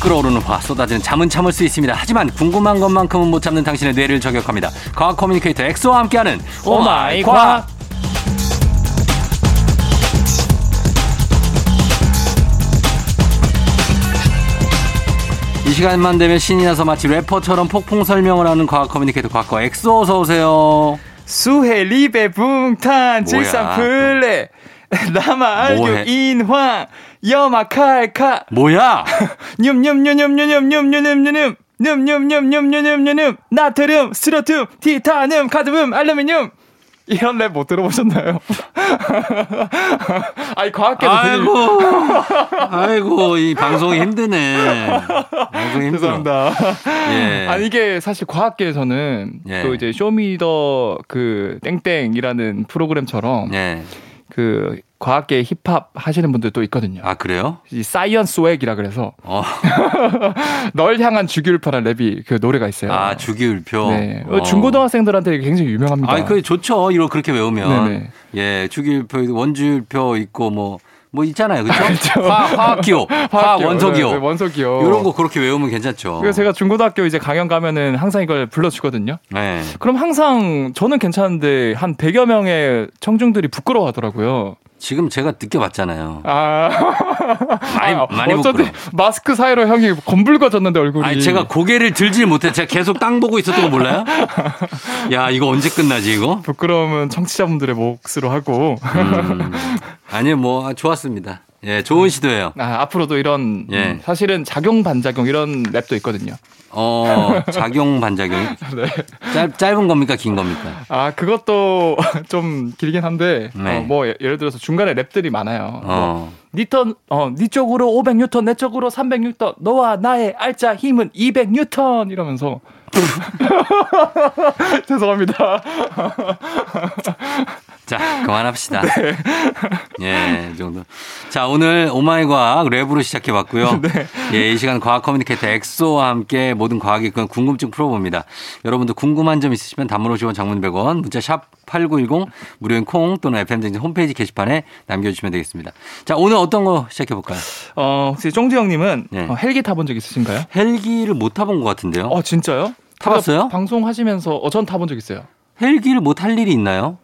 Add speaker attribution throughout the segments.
Speaker 1: 끓어오르는 화 쏟아지는 잠은 참을 수 있습니다. 하지만 궁금한 것만큼은 못 참는 당신의 뇌를 저격합니다. 과학 커뮤니케이터 엑소와 함께하는 오마이 과학. 이 시간만 되면 신이 나서 마치 래퍼처럼 폭풍 설명을 하는 과학 커뮤니케이터 과거 엑소 어서 오세요.
Speaker 2: 수해 리베 붕탄 질산 플레 남아 알교
Speaker 1: 뭐해?
Speaker 2: 인황 여마 칼카
Speaker 1: 뭐야?
Speaker 2: 념념념념념념념념념 늠념념념념념념 나트륨 스트로튬 티타늄 카드뮴 알루미늄 이런 랩 못 들어보셨나요? 아이 과학계도 되게
Speaker 1: 아이고, 아이고 이 방송이 힘드네. 방송이 힘들어.
Speaker 2: 죄송합니다.
Speaker 1: 예.
Speaker 2: 아니 이게 사실 과학계에서는
Speaker 1: 예.
Speaker 2: 또 이제 쇼미더 그 땡땡이라는 프로그램처럼
Speaker 1: 예.
Speaker 2: 그 과학계 힙합 하시는 분들도 있거든요.
Speaker 1: 아 그래요?
Speaker 2: 이 사이언스 웩이라 그래서
Speaker 1: 어.
Speaker 2: 널 향한 주기율파란 랩이 그 노래가 있어요.
Speaker 1: 아 주기율표.
Speaker 2: 네.
Speaker 1: 어.
Speaker 2: 중고등학생들한테 굉장히 유명합니다.
Speaker 1: 아니 그게 좋죠. 이거 그렇게 외우면.
Speaker 2: 네네.
Speaker 1: 예, 주기율표, 원주율표 있고 뭐. 뭐 있잖아요, 그렇죠?
Speaker 2: 알죠.
Speaker 1: 화학, 화학기호, 화학
Speaker 2: 화학기호.
Speaker 1: 원소기호,
Speaker 2: 네, 네, 원소기호.
Speaker 1: 이런 거 그렇게 외우면 괜찮죠.
Speaker 2: 그래서 제가 중고등학교 이제 강연 가면은 항상 이걸 불러주거든요.
Speaker 1: 네.
Speaker 2: 그럼 항상 저는 괜찮은데 한 100여 명의 청중들이 부끄러워하더라고요.
Speaker 1: 지금 제가 느껴봤잖아요.
Speaker 2: 아,
Speaker 1: 많이
Speaker 2: 아,
Speaker 1: 많이
Speaker 2: 어쩐지
Speaker 1: 부끄러워.
Speaker 2: 마스크 사이로 형이 검붉어졌는데 얼굴이.
Speaker 1: 아니 제가 고개를 들질 못해 제가 계속 땅 보고 있었던 거 몰라요? 야 이거 언제 끝나지 이거?
Speaker 2: 부끄러움은 청취자분들의 몫으로 하고
Speaker 1: 음, 아니 뭐 아, 좋았습니다. 예 좋은 시도예요.
Speaker 2: 아, 앞으로도 이런
Speaker 1: 예.
Speaker 2: 음, 사실은 작용 반작용 이런 랩도 있거든요.
Speaker 1: 어 작용 반작용
Speaker 2: 네.
Speaker 1: 짧, 짧은 겁니까 긴 겁니까?
Speaker 2: 아 그것도 좀 길긴 한데
Speaker 1: 네.
Speaker 2: 어, 뭐 예- 예를 들어서 중간에 랩들이 많아요.
Speaker 1: 어
Speaker 2: 니턴 어니 쪽으로 500뉴턴 내 쪽으로 300뉴턴 너와 나의 알짜 힘은 200뉴턴 이러면서 죄송합니다.
Speaker 1: 자, 그만합시다. 예, 이 정도. 자, 오늘 오마이 과학 랩으로 시작해봤고요.
Speaker 2: 네.
Speaker 1: 예, 이 시간 과학 커뮤니케이터 엑소와 함께 모든 과학의 그 궁금증 풀어봅니다. 여러분도 궁금한 점 있으시면 단문 50원 장문 100원, 문자 샵 8910, 무료인 콩 또는 FM등진 홈페이지 게시판에 남겨주시면 되겠습니다. 자, 오늘 어떤 거 시작해볼까요?
Speaker 2: 어 혹시 쫑지 형님은
Speaker 1: 네.
Speaker 2: 어, 헬기 타본 적 있으신가요?
Speaker 1: 헬기를 못 타본 것 같은데요.
Speaker 2: 어 진짜요?
Speaker 1: 타봤어요?
Speaker 2: 방송 하시면서 어 전 타본 적 있어요.
Speaker 1: 헬기를 못 탈 일이 있나요?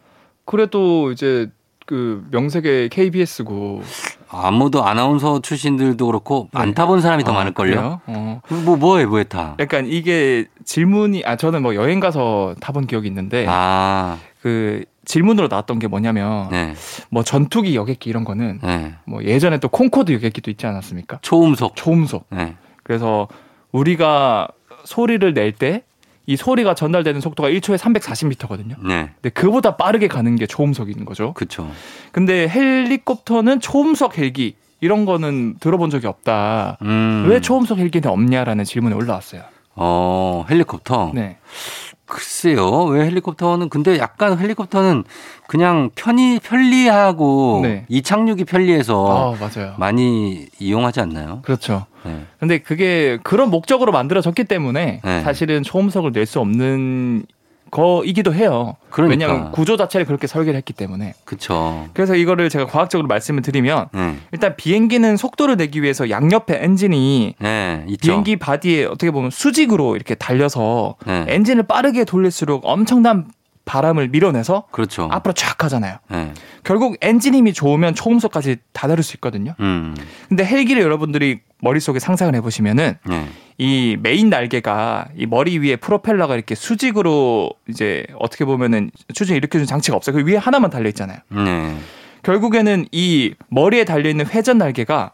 Speaker 2: 그래도 이제 그 명색의 KBS고
Speaker 1: 아무도 아나운서 출신들도 그렇고 안
Speaker 2: 네.
Speaker 1: 타본 사람이 더 많을걸요.
Speaker 2: 어.
Speaker 1: 뭐, 뭐해, 뭐해 타?
Speaker 2: 약간 이게 질문이 아 저는 뭐 여행 가서 타본 기억이 있는데
Speaker 1: 아,
Speaker 2: 그 질문으로 나왔던 게 뭐냐면
Speaker 1: 네.
Speaker 2: 뭐 전투기 여객기 이런 거는
Speaker 1: 네.
Speaker 2: 뭐 예전에 또 콩코드 여객기도 있지 않았습니까?
Speaker 1: 초음속.
Speaker 2: 초음속.
Speaker 1: 네.
Speaker 2: 그래서 우리가 소리를 낼 때 이 소리가 전달되는 속도가 1초에 340m거든요.
Speaker 1: 네.
Speaker 2: 근데 그보다 빠르게 가는 게 초음속인 거죠.
Speaker 1: 그쵸.
Speaker 2: 근데 헬리콥터는 초음속 헬기 이런 거는 들어본 적이 없다.
Speaker 1: 음.
Speaker 2: 왜 초음속 헬기는 없냐라는 질문이 올라왔어요.
Speaker 1: 어, 헬리콥터.
Speaker 2: 네.
Speaker 1: 글쎄요. 왜 헬리콥터는 근데 약간 헬리콥터는 그냥 편히 편리하고
Speaker 2: 네.
Speaker 1: 이착륙이 편리해서
Speaker 2: 아, 맞아요.
Speaker 1: 많이 이용하지 않나요?
Speaker 2: 그렇죠.
Speaker 1: 네.
Speaker 2: 근데 그게 그런 목적으로 만들어졌기 때문에
Speaker 1: 네.
Speaker 2: 사실은 초음속을 낼 수 없는 거이기도 해요.
Speaker 1: 그러니까.
Speaker 2: 왜냐하면 구조 자체를 그렇게 설계를 했기 때문에.
Speaker 1: 그쵸.
Speaker 2: 그래서 이거를 제가 과학적으로 말씀을 드리면
Speaker 1: 네.
Speaker 2: 일단 비행기는 속도를 내기 위해서 양옆에 엔진이
Speaker 1: 네. 있죠.
Speaker 2: 비행기 바디에 어떻게 보면 수직으로 이렇게 달려서
Speaker 1: 네.
Speaker 2: 엔진을 빠르게 돌릴수록 엄청난 바람을 밀어내서
Speaker 1: 그렇죠.
Speaker 2: 앞으로 쫙 가잖아요.
Speaker 1: 네.
Speaker 2: 결국 엔진 힘이 좋으면 초음속까지 다다를 수 있거든요.
Speaker 1: 음.
Speaker 2: 근데 헬기를 여러분들이 머릿속에 상상을 해보시면은
Speaker 1: 네.
Speaker 2: 이 메인 날개가 이 머리 위에 프로펠러가 이렇게 수직으로 이제 어떻게 보면은 추진 일으켜주는 장치가 없어요. 그 위에 하나만 달려 있잖아요.
Speaker 1: 네.
Speaker 2: 결국에는 이 머리에 달려 있는 회전 날개가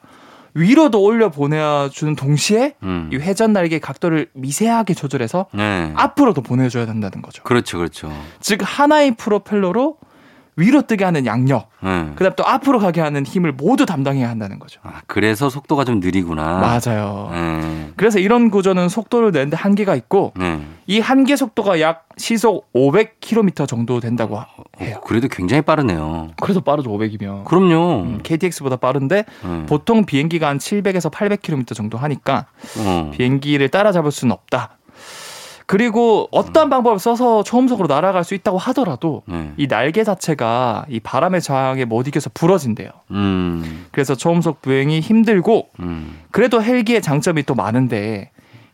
Speaker 2: 위로도 올려 보내주는 동시에
Speaker 1: 음.
Speaker 2: 이 회전 날개 각도를 미세하게 조절해서
Speaker 1: 네.
Speaker 2: 앞으로도 보내줘야 된다는 거죠.
Speaker 1: 그렇죠. 그렇죠.
Speaker 2: 즉 하나의 프로펠러로 위로 뜨게 하는 양력,
Speaker 1: 네.
Speaker 2: 그다음 또 앞으로 가게 하는 힘을 모두 담당해야 한다는 거죠.
Speaker 1: 아, 그래서 속도가 좀 느리구나.
Speaker 2: 맞아요.
Speaker 1: 네.
Speaker 2: 그래서 이런 구조는 속도를 내는데 한계가 있고
Speaker 1: 네.
Speaker 2: 이 한계 속도가 약 시속 500km 정도 된다고 해요.
Speaker 1: 어, 그래도 굉장히 빠르네요.
Speaker 2: 그래서 빠르죠 500이면.
Speaker 1: 그럼요.
Speaker 2: KTX보다 빠른데
Speaker 1: 네.
Speaker 2: 음. 보통 비행기가 한 700에서 800km 정도 하니까
Speaker 1: 어.
Speaker 2: 비행기를 따라잡을 수는 없다. 그리고 어떠한 방법을 써서 초음속으로 날아갈 수 있다고 하더라도
Speaker 1: 네.
Speaker 2: 이 날개 자체가 이 바람의 저항에 못 이겨서 부러진대요.
Speaker 1: 음.
Speaker 2: 그래서 초음속 부행이 힘들고
Speaker 1: 음.
Speaker 2: 그래도 헬기의 장점이 또 많은데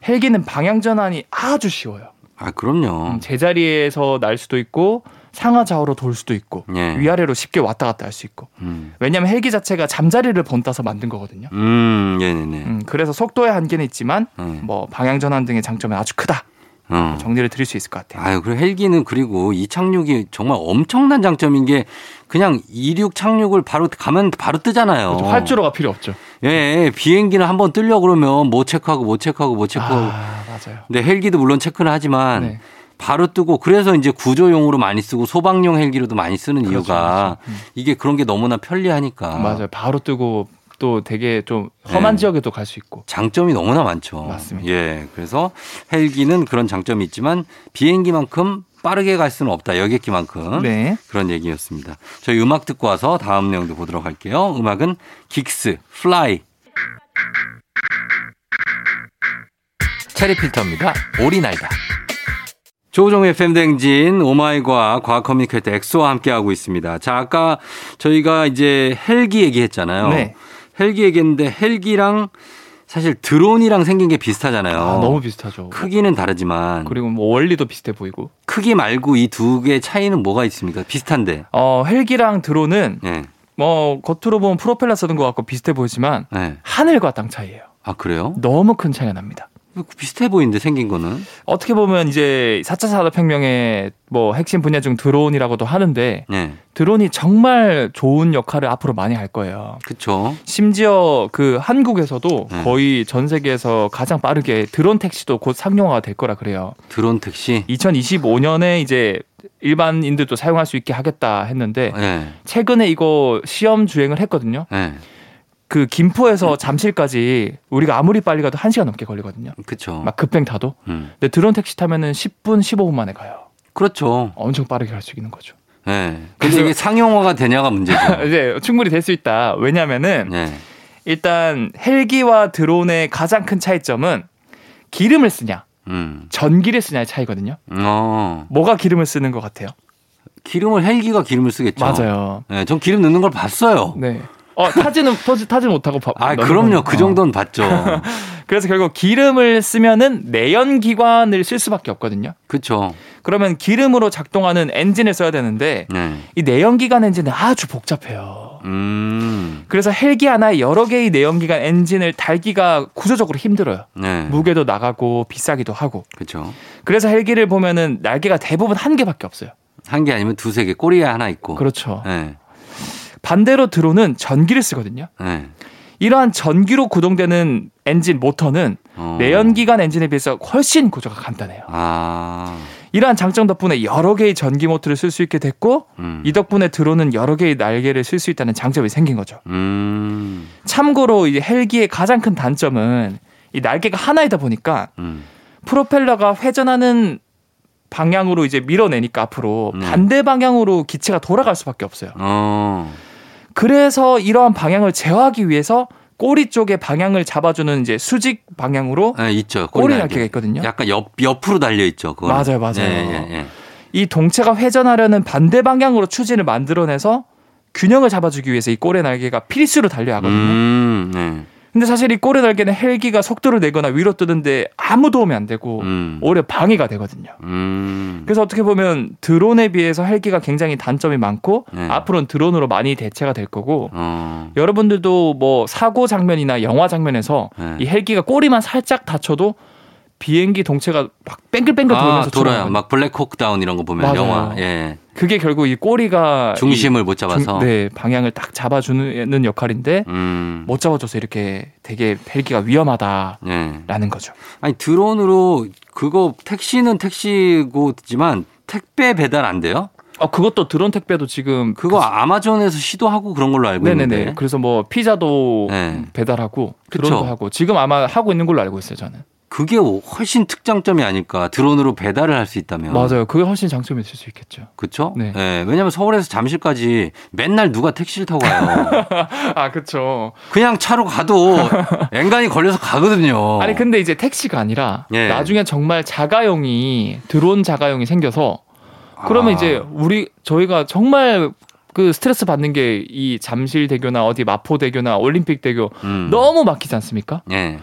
Speaker 2: 헬기는 방향 전환이 아주 쉬워요.
Speaker 1: 아, 그럼요.
Speaker 2: 음, 제자리에서 날 수도 있고 상하 좌우로 돌 수도 있고
Speaker 1: 예.
Speaker 2: 위아래로 쉽게 왔다 갔다 할 수 있고
Speaker 1: 음.
Speaker 2: 왜냐하면 헬기 자체가 잠자리를 본따서 만든 거거든요.
Speaker 1: 음, 네네네.
Speaker 2: 음, 그래서 속도의 한계는 있지만
Speaker 1: 네.
Speaker 2: 뭐 방향 전환 등의 장점은 아주 크다
Speaker 1: 어.
Speaker 2: 정리를 드릴 수 있을 것 같아요.
Speaker 1: 아유, 그리고 헬기는 그리고 이 착륙이 정말 엄청난 장점인 게 그냥 이륙 착륙을 바로 가면 바로 뜨잖아요. 어.
Speaker 2: 그렇죠. 활주로가 필요 없죠.
Speaker 1: 예, 예, 비행기는 한번 뜨려 그러면 뭐 체크하고 뭐 체크하고 뭐 체크하고.
Speaker 2: 아 맞아요.
Speaker 1: 근데 헬기도 물론 체크는 하지만
Speaker 2: 네.
Speaker 1: 바로 뜨고 그래서 이제 구조용으로 많이 쓰고 소방용 헬기로도 많이 쓰는
Speaker 2: 그렇죠,
Speaker 1: 이유가 이게 그런 게 너무나 편리하니까
Speaker 2: 맞아요. 바로 뜨고 또 되게 좀 험한
Speaker 1: 어. 네.
Speaker 2: 지역에도 갈 수 있고.
Speaker 1: 장점이 너무나 많죠.
Speaker 2: 맞습니다.
Speaker 1: 예. 그래서 헬기는 그런 장점이 있지만 비행기만큼 빠르게 갈 수는 없다. 여객기만큼.
Speaker 2: 네.
Speaker 1: 그런 얘기였습니다. 저희 음악 듣고 와서 다음 내용도 보도록 할게요. 음악은 긱스, 플라이. 체리 필터입니다. 오리날다. 조종의 팬댕진 오마이과 과학 커뮤니케이터 엑소와 함께하고 있습니다. 자, 아까 저희가 이제 헬기 얘기했잖아요.
Speaker 2: 네.
Speaker 1: 헬기 얘기했는데 헬기랑 사실 드론이랑 생긴 게 비슷하잖아요.
Speaker 2: 아, 너무 비슷하죠.
Speaker 1: 어. 크기는 다르지만
Speaker 2: 그리고 뭐 원리도 비슷해 보이고.
Speaker 1: 크기 말고 이 두 개의 차이는 뭐가 있습니까? 비슷한데.
Speaker 2: 어 헬기랑 드론은
Speaker 1: 예.
Speaker 2: 뭐 겉으로 보면 프로펠러 쓰는 것 같고 비슷해 보이지만
Speaker 1: 네.
Speaker 2: 하늘과 땅 차이예요.
Speaker 1: 아 그래요?
Speaker 2: 너무 큰 차이가 납니다.
Speaker 1: 비슷해 보이는데 생긴 거는.
Speaker 2: 어떻게 보면 이제 4차 산업혁명의 뭐 핵심 분야 중 드론이라고도 하는데
Speaker 1: 네.
Speaker 2: 드론이 정말 좋은 역할을 앞으로 많이 할 거예요.
Speaker 1: 그쵸.
Speaker 2: 심지어 그 한국에서도
Speaker 1: 네.
Speaker 2: 거의 전 세계에서 가장 빠르게 드론 택시도 곧 상용화가 될 거라 그래요.
Speaker 1: 드론 택시.
Speaker 2: 2025년에 이제 일반인들도 사용할 수 있게 하겠다 했는데
Speaker 1: 네.
Speaker 2: 최근에 이거 시험 주행을 했거든요.
Speaker 1: 네.
Speaker 2: 그 김포에서 잠실까지 우리가 아무리 빨리 가도 1시간 넘게 걸리거든요.
Speaker 1: 그쵸.
Speaker 2: 막 급행 타도.
Speaker 1: 음.
Speaker 2: 근데 드론 택시 타면은 10분, 15분 만에 가요.
Speaker 1: 그렇죠.
Speaker 2: 엄청 빠르게 갈 수 있는 거죠.
Speaker 1: 네. 근데
Speaker 2: 그래서-
Speaker 1: 이게 상용화가 되냐가 문제죠.
Speaker 2: 이제 충분히 될 수 있다. 왜냐면은
Speaker 1: 네.
Speaker 2: 일단 헬기와 드론의 가장 큰 차이점은 기름을 쓰냐,
Speaker 1: 음.
Speaker 2: 전기를 쓰냐의 차이거든요.
Speaker 1: 어.
Speaker 2: 뭐가 기름을 쓰는 것 같아요?
Speaker 1: 기름을 헬기가 기름을 쓰겠죠.
Speaker 2: 맞아요.
Speaker 1: 네. 전 기름 넣는 걸 봤어요.
Speaker 2: 네. 어, 타지는 타지, 타지 못하고 바,
Speaker 1: 아,
Speaker 2: 넣는
Speaker 1: 그럼요.
Speaker 2: 거니까. 어.
Speaker 1: 그 정도는 봤죠.
Speaker 2: 그래서 결국 기름을 쓰면은 내연 기관을 쓸 수밖에 없거든요.
Speaker 1: 그쵸.
Speaker 2: 그러면 기름으로 작동하는 엔진을 써야 되는데
Speaker 1: 네.
Speaker 2: 이 내연기관 엔진은 아주 복잡해요.
Speaker 1: 음.
Speaker 2: 그래서 헬기 하나에 여러 개의 내연기관 엔진을 달기가 구조적으로 힘들어요.
Speaker 1: 네.
Speaker 2: 무게도 나가고 비싸기도 하고.
Speaker 1: 그쵸.
Speaker 2: 그래서 헬기를 보면은 날개가 대부분 한 개밖에 없어요.
Speaker 1: 한 개 아니면 두세 개. 꼬리에 하나 있고.
Speaker 2: 그렇죠.
Speaker 1: 네.
Speaker 2: 반대로 드론은 전기를 쓰거든요.
Speaker 1: 네.
Speaker 2: 이러한 전기로 구동되는 엔진 모터는
Speaker 1: 어.
Speaker 2: 내연기관 엔진에 비해서 훨씬 구조가 간단해요.
Speaker 1: 아.
Speaker 2: 이러한 장점 덕분에 여러 개의 전기 모터를 쓸 수 있게 됐고
Speaker 1: 음.
Speaker 2: 이 덕분에 드론은 여러 개의 날개를 쓸 수 있다는 장점이 생긴 거죠.
Speaker 1: 음.
Speaker 2: 참고로 이 헬기의 가장 큰 단점은 이 날개가 하나이다 보니까
Speaker 1: 음.
Speaker 2: 프로펠러가 회전하는 방향으로 이제 밀어내니까 앞으로
Speaker 1: 음.
Speaker 2: 반대 방향으로 기체가 돌아갈 수밖에 없어요.
Speaker 1: 어.
Speaker 2: 그래서 이러한 방향을 제어하기 위해서 꼬리 쪽의 방향을 잡아주는 이제 수직 방향으로
Speaker 1: 네, 있죠.
Speaker 2: 꼬리
Speaker 1: 날개.
Speaker 2: 날개가 있거든요.
Speaker 1: 약간 옆 옆으로 달려 있죠. 그거
Speaker 2: 맞아요, 맞아요.
Speaker 1: 예, 예, 예.
Speaker 2: 이 동체가 회전하려는 반대 방향으로 추진을 만들어내서 균형을 잡아주기 위해서 이 꼬리 날개가 필수로 달려야 하거든요.
Speaker 1: 음, 네.
Speaker 2: 근데 사실 이 꼬리 날개는 헬기가 속도를 내거나 위로 뜨는데 아무 도움이 안 되고
Speaker 1: 음.
Speaker 2: 오히려 방해가 되거든요.
Speaker 1: 음.
Speaker 2: 그래서 어떻게 보면 드론에 비해서 헬기가 굉장히 단점이 많고
Speaker 1: 네.
Speaker 2: 앞으로는 드론으로 많이 대체가 될 거고
Speaker 1: 어.
Speaker 2: 여러분들도 뭐 사고 장면이나 영화 장면에서
Speaker 1: 네.
Speaker 2: 이 헬기가 꼬리만 살짝 다쳐도 비행기 동체가 막 뱅글뱅글
Speaker 1: 아,
Speaker 2: 돌면서
Speaker 1: 돌아요.
Speaker 2: 돌아가거든요.
Speaker 1: 막 블랙호크 다운 이런 거 보면
Speaker 2: 맞아요.
Speaker 1: 영화. 예.
Speaker 2: 그게 결국 이 꼬리가
Speaker 1: 중심을 못
Speaker 2: 이
Speaker 1: 잡아서.
Speaker 2: 중- 네, 방향을 딱 잡아주는 역할인데
Speaker 1: 음.
Speaker 2: 못 잡아줘서 이렇게 되게 헬기가 위험하다라는
Speaker 1: 예.
Speaker 2: 거죠.
Speaker 1: 아니 드론으로 그거 택시는 택시고지만 택배 배달 안 돼요?
Speaker 2: 어 그것도 드론 택배도 지금
Speaker 1: 그거 아마존에서 시도하고 그런 걸로 알고
Speaker 2: 네네네.
Speaker 1: 있는데.
Speaker 2: 그래서 뭐 피자도
Speaker 1: 네.
Speaker 2: 배달하고
Speaker 1: 그쵸.
Speaker 2: 드론도 하고 지금 아마 하고 있는 걸로 알고 있어요 저는.
Speaker 1: 그게 훨씬 특장점이 아닐까. 드론으로 배달을 할 수 있다면.
Speaker 2: 맞아요. 그게 훨씬 장점이 있을 수 있겠죠.
Speaker 1: 그렇죠?
Speaker 2: 네.
Speaker 1: 왜냐면 하 서울에서 잠실까지 맨날 누가 택시를 타고 가요.
Speaker 2: 아, 그쵸.
Speaker 1: 그냥 차로 가도 앵간히 걸려서 가거든요.
Speaker 2: 아니, 그 근데 이제 택시가 아니라
Speaker 1: 어. 예.
Speaker 2: 나중에 정말 자가용이, 드론 자가용이 생겨서 그러면
Speaker 1: 아,
Speaker 2: 이제 우리, 저희가 정말 그 스트레스 받는 게 이 잠실대교나 어디 마포대교나 올림픽대교
Speaker 1: 음.
Speaker 2: 너무 막히지 않습니까?
Speaker 1: 예.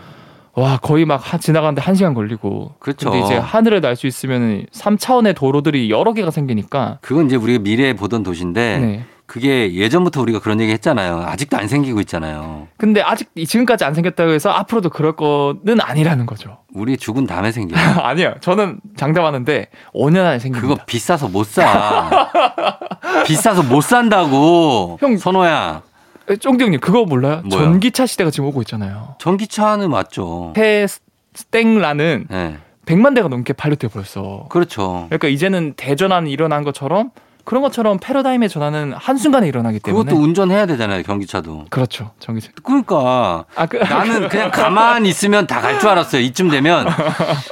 Speaker 2: 와, 거의 막 하- 지나가는데 한시간 걸리고.
Speaker 1: 그렇죠.
Speaker 2: 근데 이제 하늘을 날 수 있으면 3차원의 도로들이 여러 개가 생기니까.
Speaker 1: 그건 이제 우리가 미래에 보던 도시인데
Speaker 2: 네.
Speaker 1: 그게 예전부터 우리가 그런 얘기 했잖아요. 아직도 안 생기고 있잖아요.
Speaker 2: 근데 아직 이- 지금까지 안 생겼다고 해서 앞으로도 그럴 거는 아니라는 거죠.
Speaker 1: 우리 죽은 다음에 생겨.
Speaker 2: 아니요. 저는 장담하는데 5년 안에 생깁니다.
Speaker 1: 그거 비싸서 못 사. 비싸서 못 산다고.
Speaker 2: 형.
Speaker 1: 선호야.
Speaker 2: 에, 쫑디 형님 그거 몰라요?
Speaker 1: 뭐야?
Speaker 2: 전기차 시대가 지금 오고 있잖아요.
Speaker 1: 전기차는 맞죠.
Speaker 2: 폐 스- 스탱라는
Speaker 1: 예.
Speaker 2: 100만 대가 넘게 발효돼 벌써.
Speaker 1: 그렇죠.
Speaker 2: 그러니까 이제는 대전환이 일어난 것처럼 그런 것처럼 패러다임의 전환은 한순간에 일어나기 때문에.
Speaker 1: 그것도 운전해야 되잖아요, 경기차도.
Speaker 2: 그렇죠. 전기차.
Speaker 1: 그러니까
Speaker 2: 아, 그,
Speaker 1: 나는 그냥 가만히 있으면 다 갈 줄 알았어요. 이쯤 되면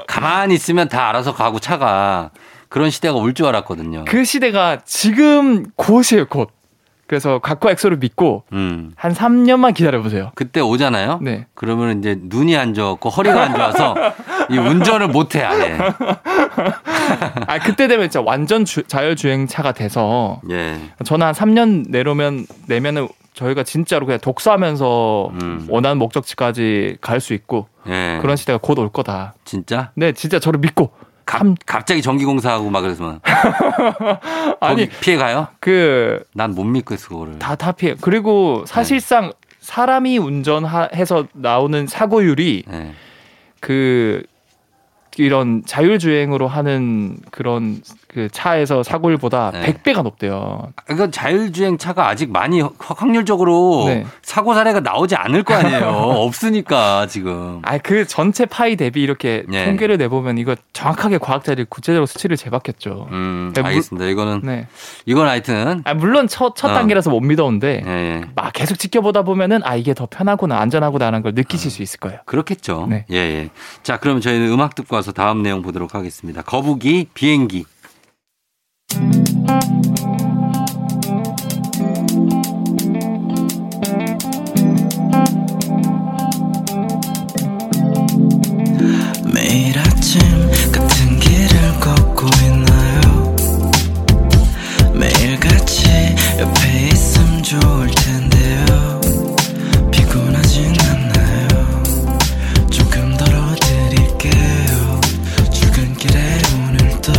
Speaker 1: 가만히 있으면 다 알아서 가고 차가 그런 시대가 올 줄 알았거든요.
Speaker 2: 그 시대가 지금 곧이에요, 곧. 그래서 각과 엑소를 믿고
Speaker 1: 음.
Speaker 2: 한 3년만 기다려보세요.
Speaker 1: 그때 오잖아요.
Speaker 2: 네.
Speaker 1: 그러면 이제 눈이 안 좋고 허리가 안 좋아서 이 운전을 못 해 아예.
Speaker 2: 아, 그때 되면 진짜 완전 주- 자율주행차가 돼서
Speaker 1: 예.
Speaker 2: 저는 한 3년 내려면, 내면은 저희가 진짜로 그냥 독서하면서
Speaker 1: 음.
Speaker 2: 원하는 목적지까지 갈 수 있고
Speaker 1: 예.
Speaker 2: 그런 시대가 곧 올 거다.
Speaker 1: 진짜
Speaker 2: 네, 진짜 저를 믿고.
Speaker 1: 갑,
Speaker 2: 삼-
Speaker 1: 갑자기 전기공사하고 막 그래서 거기
Speaker 2: 아니,
Speaker 1: 피해 가요?
Speaker 2: 그,
Speaker 1: 난 못 믿고 있어 그거를.
Speaker 2: 다, 다 피해. 그리고 사실상
Speaker 1: 네.
Speaker 2: 사람이 운전해서 나오는 사고율이
Speaker 1: 예.
Speaker 2: 그 이런 자율주행으로 하는 그런 그 차에서 사고율보다
Speaker 1: 네.
Speaker 2: 100배가 높대요.
Speaker 1: 아, 그러니까 자율주행 차가 아직 많이 확- 확률적으로
Speaker 2: 네.
Speaker 1: 사고 사례가 나오지 않을 거 아니에요. 없으니까 지금.
Speaker 2: 아, 그 전체 파이 대비 이렇게
Speaker 1: 네.
Speaker 2: 통계를 내보면 이거 정확하게 과학자들이 구체적으로 수치를 재봤겠죠.
Speaker 1: 음,
Speaker 2: 네, 물-
Speaker 1: 알겠습니다. 이거는
Speaker 2: 네.
Speaker 1: 이건 하여튼
Speaker 2: 아, 물론 첫, 첫
Speaker 1: 어.
Speaker 2: 단계라서 못 믿어온데,
Speaker 1: 예, 예.
Speaker 2: 막 계속 지켜보다 보면은, 아, 이게 더 편하구나, 안전하구나라는 걸
Speaker 1: 음.
Speaker 2: 느끼실 수 있을 거예요.
Speaker 1: 그렇겠죠.
Speaker 2: 네.
Speaker 1: 예, 예. 자, 그럼 저희는 음악 듣고 와서 다음 내용 보도록 하겠습니다. 거북이 비행기.
Speaker 3: 매일 아침 같은 길을 걷고 있나요 매일 같이 옆에 있음 좋을 텐데요 피곤하진 않나요 조금 덜어드릴게요 출근길에 오늘도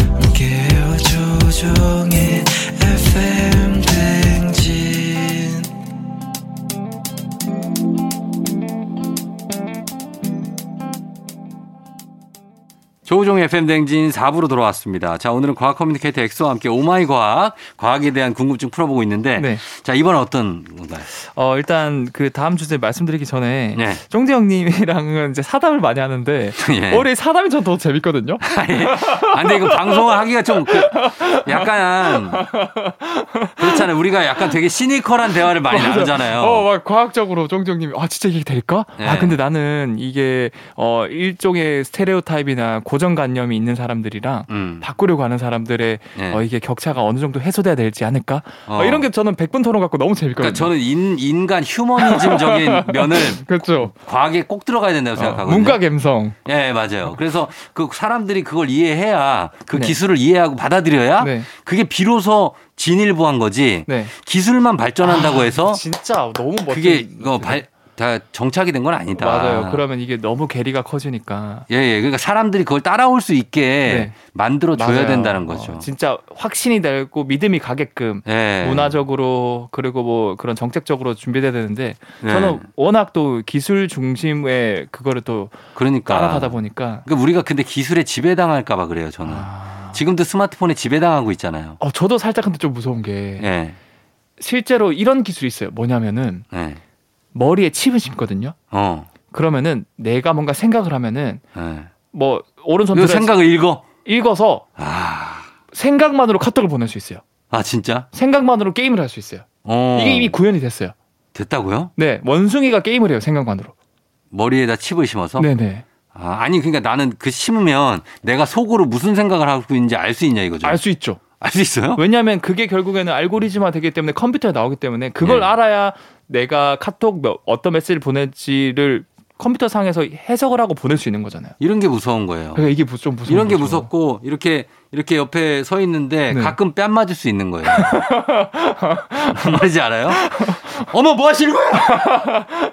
Speaker 3: 함께해요 조종의 FM 댕진
Speaker 1: 조우종 FM 댕진 4부로 돌아왔습니다. 자, 오늘은 과학 커뮤니케이터 엑소와 함께 오마이 과학, 과학에 대한 궁금증 풀어보고 있는데,
Speaker 2: 네.
Speaker 1: 자, 이번 어떤 건가요?
Speaker 2: 어, 일단 그 다음 주제 말씀드리기 전에,
Speaker 1: 네.
Speaker 2: 쫑디 형님이랑은 이제 사담을 많이 하는데,
Speaker 1: 예.
Speaker 2: 올해 사담이 전 더 재밌거든요?
Speaker 1: 아, 근데 이거 방송을 하기가 좀 그- 약간 그렇잖아요. 우리가 약간 되게 시니컬한 대화를 많이
Speaker 2: 맞아요.
Speaker 1: 나누잖아요.
Speaker 2: 어, 막 과학적으로 쫑정님이 아 진짜 이게 될까?
Speaker 1: 네.
Speaker 2: 아 근데 나는 이게 어 일종의 스테레오타입이나 고정관념이 있는 사람들이랑
Speaker 1: 음.
Speaker 2: 바꾸려고 하는 사람들의
Speaker 1: 네.
Speaker 2: 어 이게 격차가 어느 정도 해소돼야 될지 않을까? 어,
Speaker 1: 어.
Speaker 2: 이런 게 저는 100분 토론 갖고 너무 재밌거든요.
Speaker 1: 그러니까 저는 인, 인간 휴머니즘적인 면을
Speaker 2: 그렇죠.
Speaker 1: 과학에 꼭 들어가야 된다고 생각하거든요.
Speaker 2: 문과 감성.
Speaker 1: 예, 맞아요. 그래서 그 사람들이 그걸 이해해야 그
Speaker 2: 네.
Speaker 1: 기술을 이해하고 받아들여야
Speaker 2: 네.
Speaker 1: 그게 비로소 진일보한 거지
Speaker 2: 네.
Speaker 1: 기술만 발전한다고 해서
Speaker 2: 아, 진짜 너무 멋진.
Speaker 1: 그게 이거 발, 다 정착이 된 건 아니다.
Speaker 2: 맞아요. 그러면 이게 너무 괴리가 커지니까.
Speaker 1: 예, 예. 그러니까 사람들이 그걸 따라올 수 있게
Speaker 2: 네.
Speaker 1: 만들어 줘야
Speaker 2: 맞아요.
Speaker 1: 된다는 거죠.
Speaker 2: 어, 진짜 확신이 되고 믿음이 가게끔
Speaker 1: 예.
Speaker 2: 문화적으로 그리고 뭐 그런 정책적으로 준비돼야 되는데
Speaker 1: 네.
Speaker 2: 저는 워낙 또 기술 중심의 그거를 또
Speaker 1: 그러니까.
Speaker 2: 따라가다 보니까
Speaker 1: 그러니까 우리가 근데 기술에 지배당할까 봐 그래요, 저는.
Speaker 2: 아...
Speaker 1: 지금도 스마트폰에 지배당하고 있잖아요.
Speaker 2: 어 저도 살짝 근데 좀 무서운 게
Speaker 1: 예.
Speaker 2: 실제로 이런 기술이 있어요. 뭐냐면은
Speaker 1: 예.
Speaker 2: 머리에 칩을 심거든요.
Speaker 1: 어.
Speaker 2: 그러면은 내가 뭔가 생각을 하면은
Speaker 1: 예.
Speaker 2: 뭐
Speaker 1: 이
Speaker 2: 오른손으로
Speaker 1: 생각을 읽어.
Speaker 2: 읽어서
Speaker 1: 아.
Speaker 2: 생각만으로 카톡을 보낼 수 있어요.
Speaker 1: 아, 진짜?
Speaker 2: 생각만으로 게임을 할 수 있어요.
Speaker 1: 어.
Speaker 2: 이게 이미 구현이 됐어요.
Speaker 1: 됐다고요?
Speaker 2: 네, 원숭이가 게임을 해요. 생각만으로.
Speaker 1: 머리에다 칩을 심어서?
Speaker 2: 네네.
Speaker 1: 아, 아니 그러니까 나는 그 심으면 내가 속으로 무슨 생각을 하고 있는지 알 수 있냐 이거죠.
Speaker 2: 알 수 있죠.
Speaker 1: 알 수 있어요?
Speaker 2: 왜냐하면 그게 결국에는 알고리즘화 되기 때문에 컴퓨터에 나오기 때문에 그걸
Speaker 1: 네.
Speaker 2: 알아야 내가 카톡 몇- 어떤 메시지를 보낼지를 컴퓨터 상에서 해석을 하고 보낼 수 있는 거잖아요.
Speaker 1: 이런 게 무서운 거예요.
Speaker 2: 그러니까 이게 무- 좀 무서운
Speaker 1: 어. 이런 게
Speaker 2: 거죠.
Speaker 1: 무섭고 이렇게 이렇게 옆에 서 있는데
Speaker 2: 네.
Speaker 1: 가끔 뺨 맞을 수 있는 거예요. 뭔지 알아요? 어머 뭐 하시는 거예요?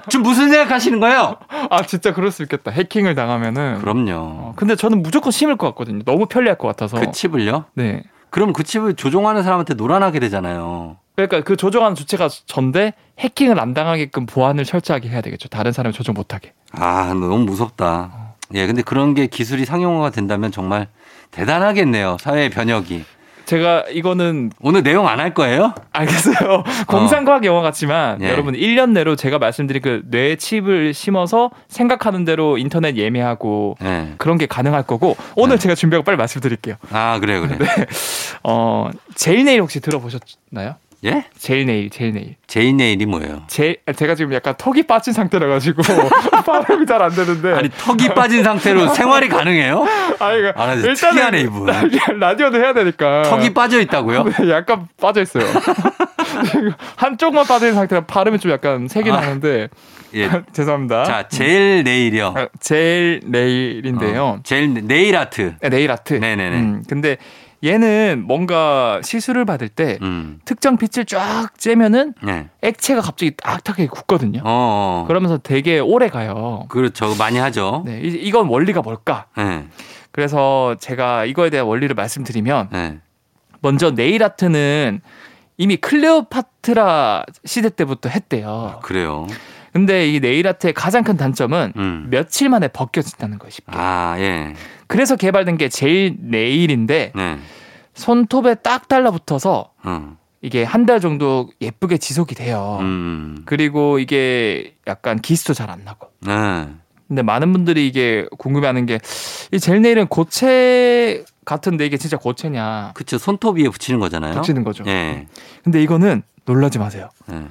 Speaker 1: 지금 무슨 생각하시는 거예요?
Speaker 2: 아 진짜 그럴 수 있겠다. 해킹을 당하면은.
Speaker 1: 그럼요.
Speaker 2: 어, 근데 저는 무조건 심을 것 같거든요. 너무 편리할 것 같아서.
Speaker 1: 그 칩을요?
Speaker 2: 네.
Speaker 1: 그럼 그 칩을 조종하는 사람한테 노란하게 되잖아요.
Speaker 2: 그러니까 그 조정하는 주체가 전데 해킹을 안 당하게끔 보안을 철저하게 해야 되겠죠. 다른 사람이 조정 못하게.
Speaker 1: 아 너무 무섭다. 예, 근데 그런 게 기술이 상용화가 된다면 정말 대단하겠네요. 사회의 변혁이.
Speaker 2: 제가 이거는
Speaker 1: 오늘 내용 안 할 거예요?
Speaker 2: 알겠어요. 공상과학 영화 같지만
Speaker 1: 예.
Speaker 2: 여러분 1년 내로 제가 말씀드린 그 뇌에 칩을 심어서 생각하는 대로 인터넷 예매하고
Speaker 1: 예.
Speaker 2: 그런 게 가능할 거고 오늘
Speaker 1: 네.
Speaker 2: 제가 준비하고 빨리 말씀드릴게요.
Speaker 1: 아 그래 그래.
Speaker 2: 어, 제일 내일 혹시 들어보셨나요?
Speaker 1: 예?
Speaker 2: 제일 내일, 제일 내일.
Speaker 1: 제이네일이 뭐예요?
Speaker 2: 제 제가 지금 약간 턱이 빠진 상태라 가지고 발음이 잘 안 되는데
Speaker 1: 아니 턱이 빠진 상태로 생활이 가능해요?
Speaker 2: 아 이거
Speaker 1: 아, 나 진짜 특이하네, 이분.
Speaker 2: 라디오도 해야 되니까
Speaker 1: 턱이 빠져 있다고요?
Speaker 2: 네, 약간 빠져 있어요. 지금 한쪽만 빠져 있는 상태라 발음이 좀 약간 세긴
Speaker 1: 아.
Speaker 2: 하는데
Speaker 1: 예.
Speaker 2: 죄송합니다.
Speaker 1: 자, 제일 내일이요.
Speaker 2: 아, 제일 아. 내일인데요.
Speaker 1: 어, 제일 내- 네일 아트.
Speaker 2: 네, 네일 아트.
Speaker 1: 네네네.
Speaker 2: 음, 근데 얘는 뭔가 시술을 받을 때
Speaker 1: 음.
Speaker 2: 특정 빛을 쫙 쬐면은
Speaker 1: 네.
Speaker 2: 액체가 갑자기 딱딱하게 굳거든요.
Speaker 1: 어. 어.
Speaker 2: 그러면서 되게 오래 가요.
Speaker 1: 그렇죠. 많이 하죠.
Speaker 2: 네, 이- 이건 원리가 뭘까?
Speaker 1: 네.
Speaker 2: 그래서 제가 이거에 대한 원리를 말씀드리면
Speaker 1: 네.
Speaker 2: 먼저 네일 아트는 이미 클레오파트라 시대 때부터 했대요.
Speaker 1: 그래요.
Speaker 2: 근데 이 네일 아트의 가장 큰 단점은
Speaker 1: 음.
Speaker 2: 며칠 만에 벗겨진다는 것이 쉽게.
Speaker 1: 아, 예.
Speaker 2: 그래서 개발된 게 제일 네일인데
Speaker 1: 네.
Speaker 2: 손톱에 딱 달라붙어서
Speaker 1: 어.
Speaker 2: 이게 한 달 정도 예쁘게 지속이 돼요.
Speaker 1: 음.
Speaker 2: 그리고 이게 약간 기스도 잘 안 나고.
Speaker 1: 네.
Speaker 2: 근데 많은 분들이 이게 궁금해하는 게 이 젤 네일은 고체 같은데 이게 진짜 고체냐
Speaker 1: 그쵸. 손톱 위에 붙이는 거잖아요.
Speaker 2: 붙이는 거죠.
Speaker 1: 예.
Speaker 2: 근데 이거는 놀라지 마세요.
Speaker 1: 네.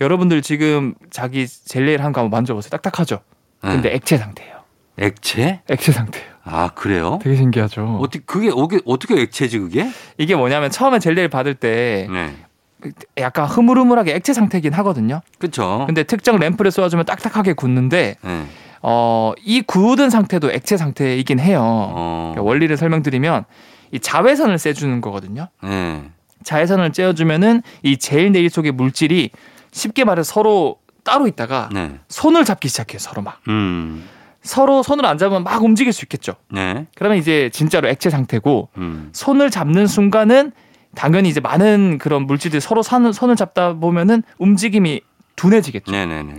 Speaker 2: 여러분들 지금 자기 젤리를 한거 한번 만져보세요. 딱딱하죠.
Speaker 1: 네.
Speaker 2: 근데 액체 상태예요.
Speaker 1: 액체?
Speaker 2: 액체 상태예요.
Speaker 1: 아, 그래요?
Speaker 2: 되게 신기하죠.
Speaker 1: 어떻게 그게 어게- 어떻게 액체지 그게?
Speaker 2: 이게 뭐냐면 처음에 젤리를 받을 때
Speaker 1: 네.
Speaker 2: 약간 흐물흐물하게 액체 상태긴 하거든요.
Speaker 1: 그렇죠.
Speaker 2: 근데 특정 램프를 쏘아주면 딱딱하게 굳는데
Speaker 1: 네.
Speaker 2: 어, 이 굳은 상태도 액체 상태이긴 해요.
Speaker 1: 어.
Speaker 2: 그러니까 원리를 설명드리면 이 자외선을 쐬주는 거거든요.
Speaker 1: 네.
Speaker 2: 자외선을 쬐어주면은 이 젤 네일 속의 물질이 쉽게 말해서 서로 따로 있다가
Speaker 1: 네.
Speaker 2: 손을 잡기 시작해요. 서로 막
Speaker 1: 음.
Speaker 2: 서로 손을 안 잡으면 막 움직일 수 있겠죠.
Speaker 1: 네.
Speaker 2: 그러면 이제 진짜로 액체 상태고
Speaker 1: 음.
Speaker 2: 손을 잡는 순간은 당연히 이제 많은 그런 물질들이 서로 산- 손을 잡다 보면은 움직임이 둔해지겠죠.
Speaker 1: 네, 네, 네.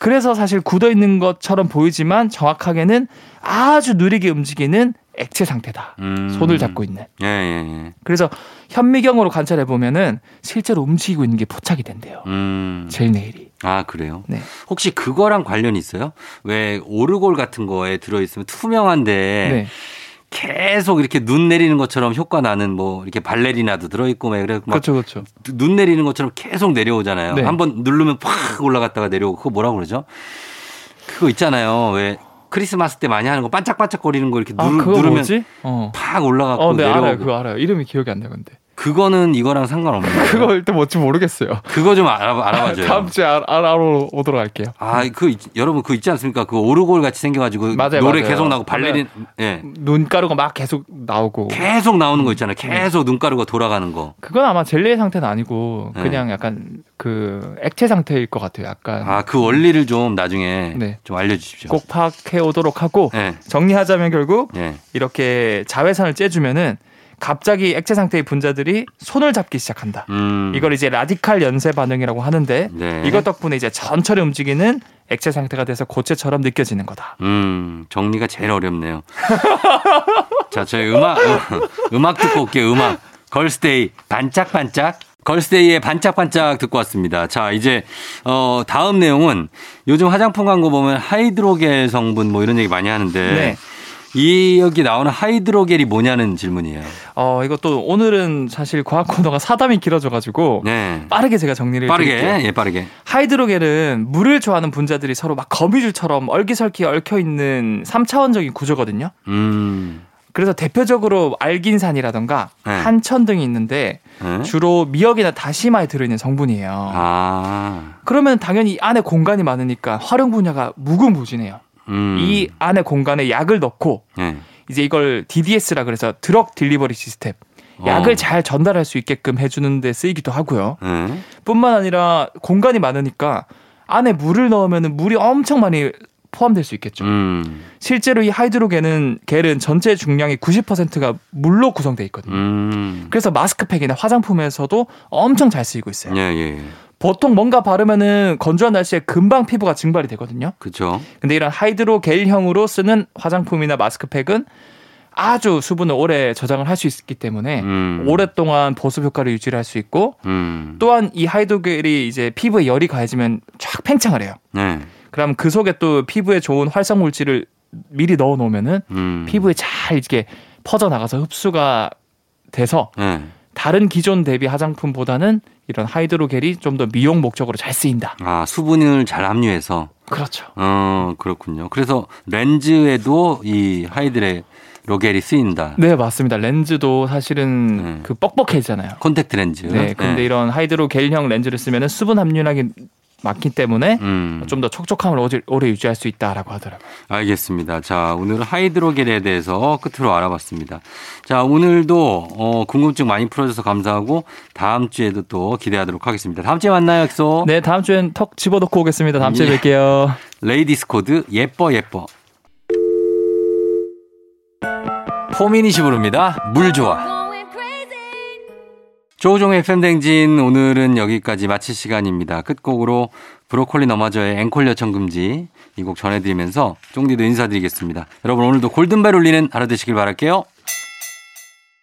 Speaker 2: 그래서 사실 굳어 있는 것처럼 보이지만 정확하게는 아주 느리게 움직이는 액체 상태다.
Speaker 1: 음.
Speaker 2: 손을 잡고 있는.
Speaker 1: 예, 예, 예.
Speaker 2: 그래서 현미경으로 관찰해 보면은 실제로 움직이고 있는 게 포착이 된대요.
Speaker 1: 음.
Speaker 2: 제일 내일이.
Speaker 1: 아, 그래요?
Speaker 2: 네.
Speaker 1: 혹시 그거랑 관련 이 있어요? 왜 오르골 같은 거에 들어있으면 투명한데
Speaker 2: 네.
Speaker 1: 계속 이렇게 눈 내리는 것처럼 효과 나는 뭐 이렇게 발레리나도 들어있고 막 그래. 막
Speaker 2: 그렇죠, 그렇죠.
Speaker 1: 눈 내리는 것처럼 계속 내려오잖아요.
Speaker 2: 네.
Speaker 1: 한번 누르면 팍 올라갔다가 내려오고 그거 뭐라고 그러죠? 그거 있잖아요. 왜 크리스마스 때 많이 하는 거 반짝반짝거리는 거 이렇게
Speaker 2: 아,
Speaker 1: 누르,
Speaker 2: 그거
Speaker 1: 누르면
Speaker 2: 뭐지? 어.
Speaker 1: 팍 올라가고
Speaker 2: 어, 네, 알아요.
Speaker 1: 내려오고
Speaker 2: 그거 알아요. 이름이 기억이 안 나, 근데.
Speaker 1: 그거... 는 이거랑 상관없는 거예요.
Speaker 2: 그거 일단 뭔지 모르겠어요.
Speaker 1: 그거 좀 알아, 알아봐줘요.
Speaker 2: 다음 주에 알- 알아보러 오도록 할게요.
Speaker 1: 아, 그 있- 여러분 그거 있지 않습니까? 그 오르골 같이 생겨가지고
Speaker 2: 맞아요,
Speaker 1: 노래
Speaker 2: 맞아요.
Speaker 1: 계속 나고 발레린 예
Speaker 2: 눈가루가 막 계속 나오고
Speaker 1: 계속 나오는 거 있잖아요.
Speaker 2: 네.
Speaker 1: 계속 눈가루가 돌아가는 거.
Speaker 2: 그건 아마 젤리의 상태는 아니고
Speaker 1: 네.
Speaker 2: 그냥 약간 그 액체 상태일 것 같아요. 약간
Speaker 1: 아, 그 원리를 좀 나중에
Speaker 2: 네.
Speaker 1: 좀 알려주십시오.
Speaker 2: 꼭 파악해 오도록 하고
Speaker 1: 예,
Speaker 2: 정리하자면 결국
Speaker 1: 예.
Speaker 2: 이렇게 자외선을 쬐주면은 갑자기 액체 상태의 분자들이 손을 잡기 시작한다.
Speaker 1: 음.
Speaker 2: 이걸 이제 라디칼 연쇄 반응이라고 하는데
Speaker 1: 네.
Speaker 2: 이것 덕분에 이제 천천히 움직이는 액체 상태가 돼서 고체처럼 느껴지는 거다.
Speaker 1: 음 정리가 제일 어렵네요. 자, 저희 음악 음악 듣고 올게요. 음악 걸스데이 반짝반짝. 걸스데이의 반짝반짝 듣고 왔습니다. 자, 이제 어 다음 내용은 요즘 화장품 광고 보면 하이드로겔 성분 뭐 이런 얘기 많이 하는데
Speaker 2: 네.
Speaker 1: 이 여기 나오는 하이드로겔이 뭐냐는 질문이에요.
Speaker 2: 어, 이것도 오늘은 사실 과학 코너가 사담이 길어져가지고
Speaker 1: 네.
Speaker 2: 빠르게 제가 정리를 해드릴게요.
Speaker 1: 빠르게 예 빠르게.
Speaker 2: 하이드로겔은 물을 좋아하는 분자들이 서로 막 거미줄처럼 얼기설기 얽혀 있는 3차원적인 구조거든요.
Speaker 1: 음.
Speaker 2: 그래서 대표적으로 알긴산이라던가
Speaker 1: 네.
Speaker 2: 한천 등이 있는데
Speaker 1: 예?
Speaker 2: 주로 미역이나 다시마에 들어있는 성분이에요.
Speaker 1: 아.
Speaker 2: 그러면 당연히 이 안에 공간이 많으니까 활용 분야가 무궁무진해요.
Speaker 1: 음.
Speaker 2: 이 안에 공간에 약을 넣고
Speaker 1: 예.
Speaker 2: 이제 이걸 DDS라 그래서 드럭 딜리버리 시스템 약을
Speaker 1: 어.
Speaker 2: 잘 전달할 수 있게끔 해주는 데 쓰이기도 하고요.
Speaker 1: 예.
Speaker 2: 뿐만 아니라 공간이 많으니까 안에 물을 넣으면 물이 엄청 많이 포함될 수 있겠죠.
Speaker 1: 음.
Speaker 2: 실제로 이 하이드로겔은 겔은 전체 중량의 90%가 물로 구성돼 있거든요.
Speaker 1: 음.
Speaker 2: 그래서 마스크팩이나 화장품에서도 엄청 잘 쓰이고 있어요.
Speaker 1: 예, 예. 예.
Speaker 2: 보통 뭔가 바르면은 건조한 날씨에 금방 피부가 증발이 되거든요.
Speaker 1: 그렇죠.
Speaker 2: 근데 이런 하이드로겔형으로 쓰는 화장품이나 마스크팩은 아주 수분을 오래 저장을 할 수 있기 때문에
Speaker 1: 음.
Speaker 2: 오랫동안 보습 효과를 유지할 수 있고
Speaker 1: 음.
Speaker 2: 또한 이 하이드로겔이 이제 피부에 열이 가해지면 쫙 팽창을 해요.
Speaker 1: 네.
Speaker 2: 그럼 그 속에 또 피부에 좋은 활성 물질을 미리 넣어 놓으면은
Speaker 1: 음.
Speaker 2: 피부에 잘 이렇게 퍼져 나가서 흡수가 돼서
Speaker 1: 예.
Speaker 2: 다른 기존 대비 화장품보다는 이런 하이드로겔이 좀 더 미용 목적으로 잘 쓰인다.
Speaker 1: 아, 수분을 잘 함유해서
Speaker 2: 그렇죠.
Speaker 1: 어, 그렇군요. 그래서 렌즈에도 이 하이드레 로겔이 쓰인다.
Speaker 2: 네, 맞습니다. 렌즈도 사실은
Speaker 1: 네.
Speaker 2: 그 뻑뻑해지잖아요.
Speaker 1: 콘택트 렌즈.
Speaker 2: 네, 근데
Speaker 1: 네.
Speaker 2: 이런 하이드로겔형 렌즈를 쓰면은 수분 함유량이 많기 때문에
Speaker 1: 음,
Speaker 2: 좀 더 촉촉함을 어질- 오래 유지할 수 있다라고 하더라고요.
Speaker 1: 알겠습니다. 자, 오늘 하이드로겔에 대해서 끝으로 알아봤습니다. 자, 오늘도 어, 궁금증 많이 풀어줘서 감사하고 다음 주에도 또 기대하도록 하겠습니다. 다음 주에 만나요, 약속.
Speaker 2: 네, 다음 주엔 턱 집어넣고 오겠습니다. 다음 주에
Speaker 1: 예.
Speaker 2: 뵐게요.
Speaker 1: 레이디스 코드 예뻐 예뻐. 포미닛이 부릅니다. 물 좋아.
Speaker 4: going crazy.
Speaker 1: 조종의 팬댕진 오늘은 여기까지 마칠 시간입니다. 끝곡으로 브로콜리 너마저의 앵콜 요청 금지 이 곡 전해드리면서 쫑디도 인사드리겠습니다. 여러분 오늘도 골든벨 울리는 하루 되시길 바랄게요.